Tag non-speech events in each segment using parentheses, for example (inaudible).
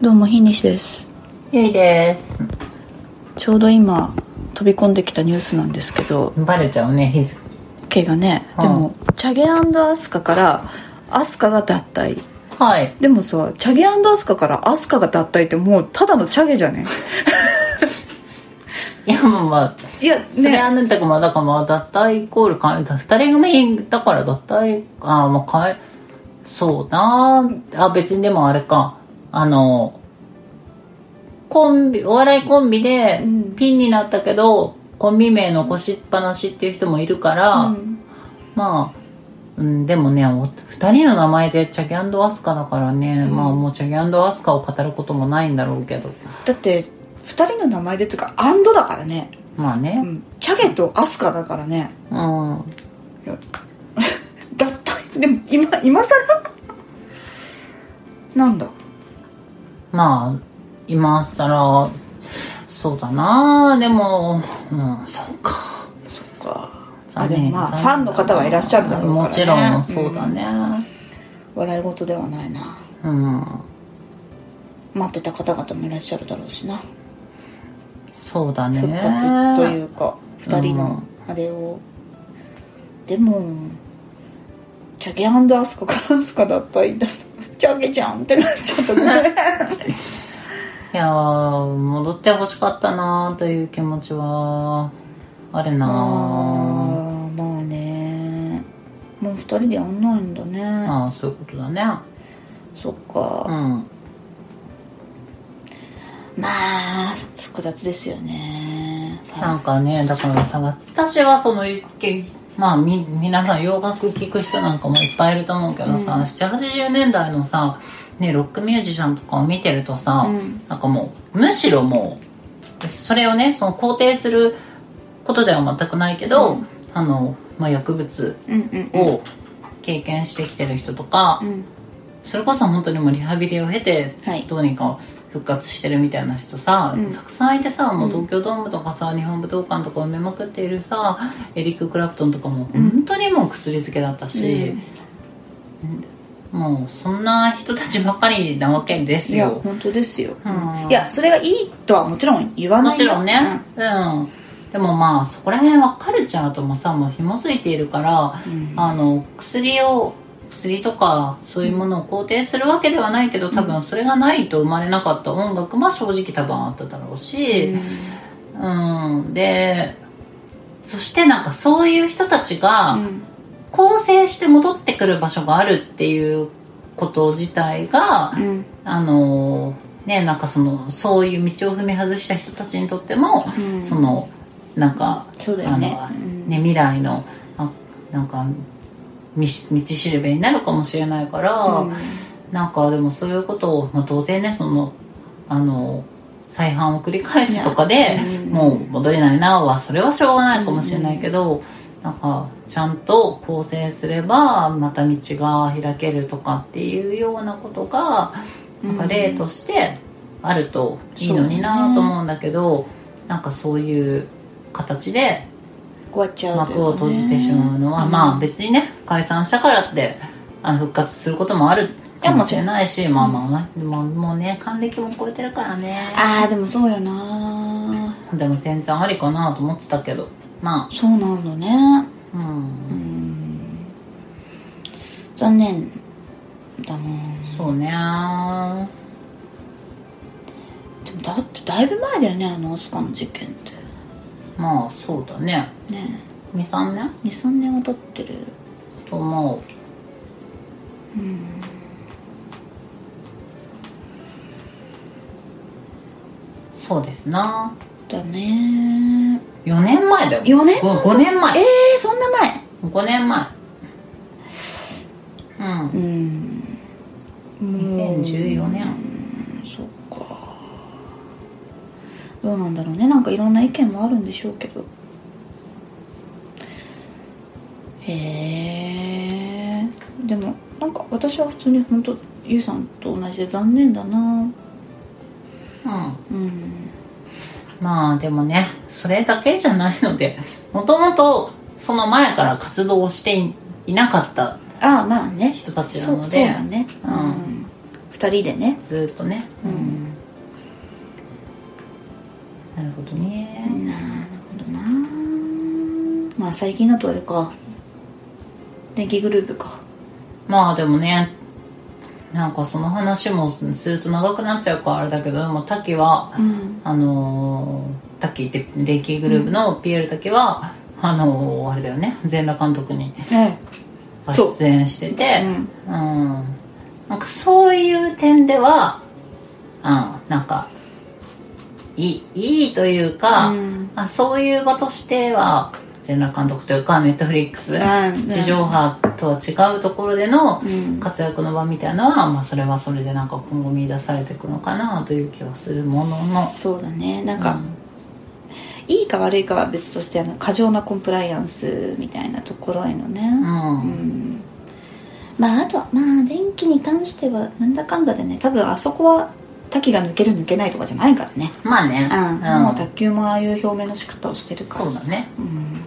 どうもひにしですゆいですちょうど今飛び込んできたニュースなんですけどバレちゃうね日付毛がね、うんでもチャゲアスカからアスカが脱退はいでもさチャゲアスカからアスカが脱退ってもうただのチャゲじゃ (laughs) ねいやまあまあいやそれはねなんだかまあだからまあ脱退イコールか二人組だから脱退あーまあかえそうなあ別にでもあれかあのコンビお笑いコンビでうんピンになったけど、コンビ名残しっぱなしっていう人もいるから、うんまあ、うん、でもねお二人の名前でチャギアスカだからね、まあもうチャギアスカを語ることもないんだろうけどだって2人の名前でつうかアンドだからね、まあうねん、チャゲとアスカだからねうん、脱退でも今今更なんだまあ今更そうだなでもうんそうかそっかだあでねもまあファンの方はいらっしゃるだろうからねもちろんそうだね笑い事ではないなうん、待ってた方々もいらっしゃるだろうしなそうだね復活というかうん2人のあれを、でもチャゲアスカからアスカだったらいいんだとチャゲじゃんってなっちゃったごめんいやー戻ってほしかったなという気持ちは (laughs) あるなああーまあねもう2人でやんないんだねああそういうことだねそっうか、んまあ複雑ですよねなんかねだからさ私はその一見まあみ皆さん洋楽聴く人なんかもいっぱいいると思うけどさ、780年代のさ、ね、ロックミュージシャンとかを見てるとさ、うんなんかもうむしろもうそれをねその肯定することでは全くないけど、うんあのまあ、薬物うんうんうんを経験してきてる人とか、うんそれこそ本当にもうリハビリを経てはいどうにか復活してるみたいな人さ、うんたくさんいてさもう東京ドームとかさ、日本武道館とか埋めまくっているさエリック・クラプトンとかもうん本当にもう薬漬けだったし、もうそんな人たちばかりなわけですいやよ。本当ですよ、うんいやそれがいいとはもちろん言わもないちよろんね、うんでもまあそこら辺はカルチャーともさもう紐づいているから、うんあの薬を薬とかそういうものを肯定するわけではないけど多分それがないと生まれなかった音楽も正直多分あっただろうし、うんでそしてなんかそういう人たちうがん構成して戻ってくる場所があるっていうこと自体が、うんあのねなんかそのそういう道を踏み外した人たちにとっても、うんそのなんかそうだよねあのうんね未来のあなんか道道しるべになるかもしれないから、うんなんかでもそういうことを、まあ、当然ねそのあの再犯を繰り返すとかで、うんもう戻れないなはそれはしょうがないかもしれないけど、なんかちゃんと構成すればまた道が開けるとかっていうようなことがなんか例としてあるといいのにそうなねと思うんだけど、なんかそういう形で終わっちゃうという幕を閉じてしまうのは、まあ別にね解散したからってあの復活することもあるかもしれないしまあまあ、もうもうね還暦も超えてるからねああーでもそうよなでも全然ありかなと思ってたけどまそうなんだねあうん、残念だなそうねでもだってだいぶ前だよねあのアスカの事件ってまあそうだねね23年23年は経ってると思うそうですなだね4年前だよ4年前5年前ええー、そんな前5年前うんうん2014年そっかどうなんだろうねなんかいろんな意見もあるんでしょうけどへえでもなんか私は普通に本当ゆうさんと同じで残念だなうんうんまあでもねそれだけじゃないのでもともとその前から活動をしていいなかったああまあね人たちなのでそうそうだねうんうん2 2人でねずっとね、うん、なるほどね、なるほどなまあ最近だとあれか電気グループかまあでもねなんかその話もすると長くなっちゃうからあれだけどでもタキは、うんあのータキってデイキーグループのピエールタキは、あのーあれだよね全裸監督にえそう出演しててうん、なんかそういう点ではうんなんかいいいいというか、うんあそういう場としては全裸監督というかネットフリックスうん地上波とは違うところでのうん活躍の場みたいなのは、まあ、それはそれでなんか今後見出されていくのかなという気はするもののえそうだねなんか、いいか悪いかは別としてあの過剰なコンプライアンスみたいなところへのね、うん、ううんんまああとはまあ電気に関してはなんだかんだでね多分あそこは滝が抜ける抜けないとかじゃないからね、まあね、うんもううん卓球もああいう表明の仕方をしてるからそうだねうん、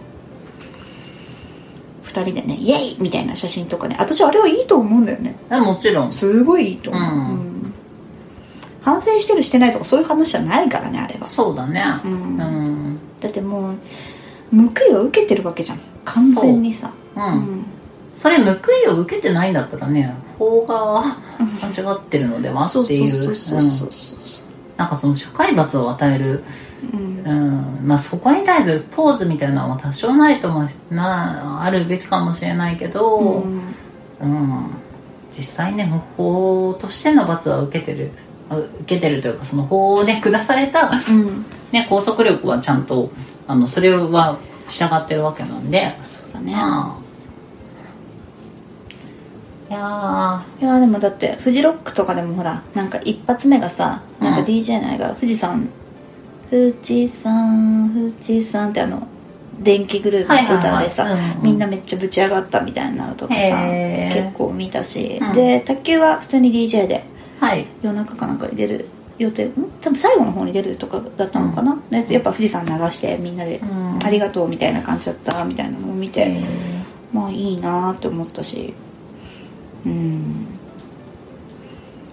2人でねイエイみたいな写真とかね私あれはいいと思うんだよねえもちろんすごいいいと思う、うんうん反省してるしてないとかそういう話じゃないからねあれはそうだねううんん、うん、だってもう報いを受けてるわけじゃん完全にさうんそれ報いを受けてないんだったらね (laughs) 法が間違ってるのではそうってそいううそうそうそううそんなんかその社会罰を与えるううんうんまあ、そこに対するポーズみたいなのは多少なりともなあるべきかもしれないけど、うんうん実際ね法としての罰は受けてるあ受けてるというかその法をね下された、うんね、拘束力はちゃんとあのそれは従ってるわけなんで、そうだねうんいやいやでもだってフジロックとかでもほらなんか一発目がさなんかうん DJ のが富士山富士山富士山ってあの電気グループの歌ではいはいはいさうんうんみんなめっちゃぶち上がったみたいなのとかさへー結構見たし、うんで卓球は普通に DJ でーはい夜中かなんかに出る予定ん多分最後の方に出るとかだったのかな、でやっぱ富士山流してみんなでうん「ありがとう」みたいな感じだったみたいなのを見て、えまあいいなって思ったしうん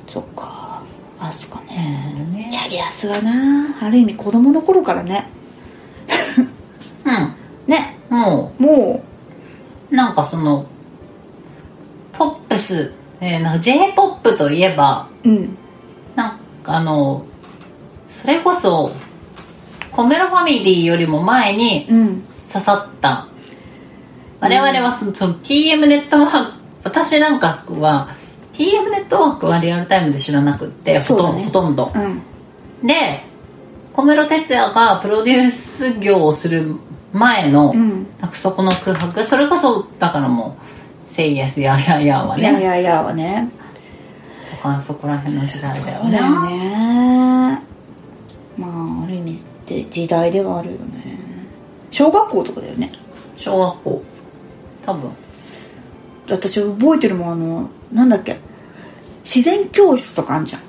そっかアスかーねねチャゲアスはなある意味子供の頃からねねうんもうもなんかそのポップス、えー、なんか j p o p といえばううんなんかあのそれこそコメロファミリーよりも前にうん刺さった我々はそのその TM ネットワーク私なんかは TM ネットワークはリアルタイムで知らなくってほそうだと,、ねほとんどうんで小室哲哉がプロデュース業をする前の、うんなんかそこの空白それこそだからもう「セイエスやややはいやいねやいやはねとかそこら辺の時代だよそうねだよねまあある意味って時代ではあるよね小学校とかだよね小学校多分私覚えてるもんあのなんだっけ自然教室とかあんじゃん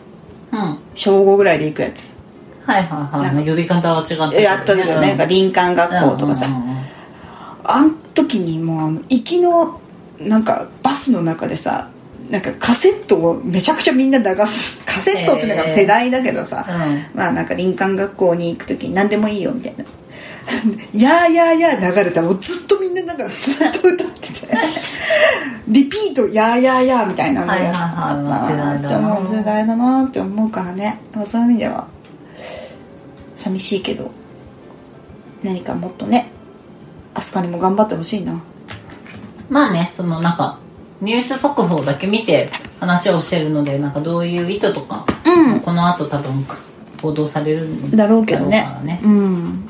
うんはい小5ぐらいで行くやつはいはいなんか呼び方は違ってたけどねやったんだよねなんか林間学校とかさ、うんうんうんあん時にもうあの行きのなんかバスの中でさなんかカセットをめちゃくちゃみんな流すカセットっていうのが世代だけどさ、うまあなんか林間学校に行く時に何でもいいよみたいな (laughs) 「やーやーやー」流れたらもうずっとみんななんかずっと歌っててリピート「やーやーやー」みたいなのをやったなって思うはいはいはい世代だな世代だなって思うからねでもそういう意味では寂しいけど何かもっとね飛鳥にも頑張ってほしいなまあねそのなんかニュース速報だけ見て話をしてるのでなんかどういう意図とか、うんこの後多分報道されるんだろうけどねだろうからねうんうん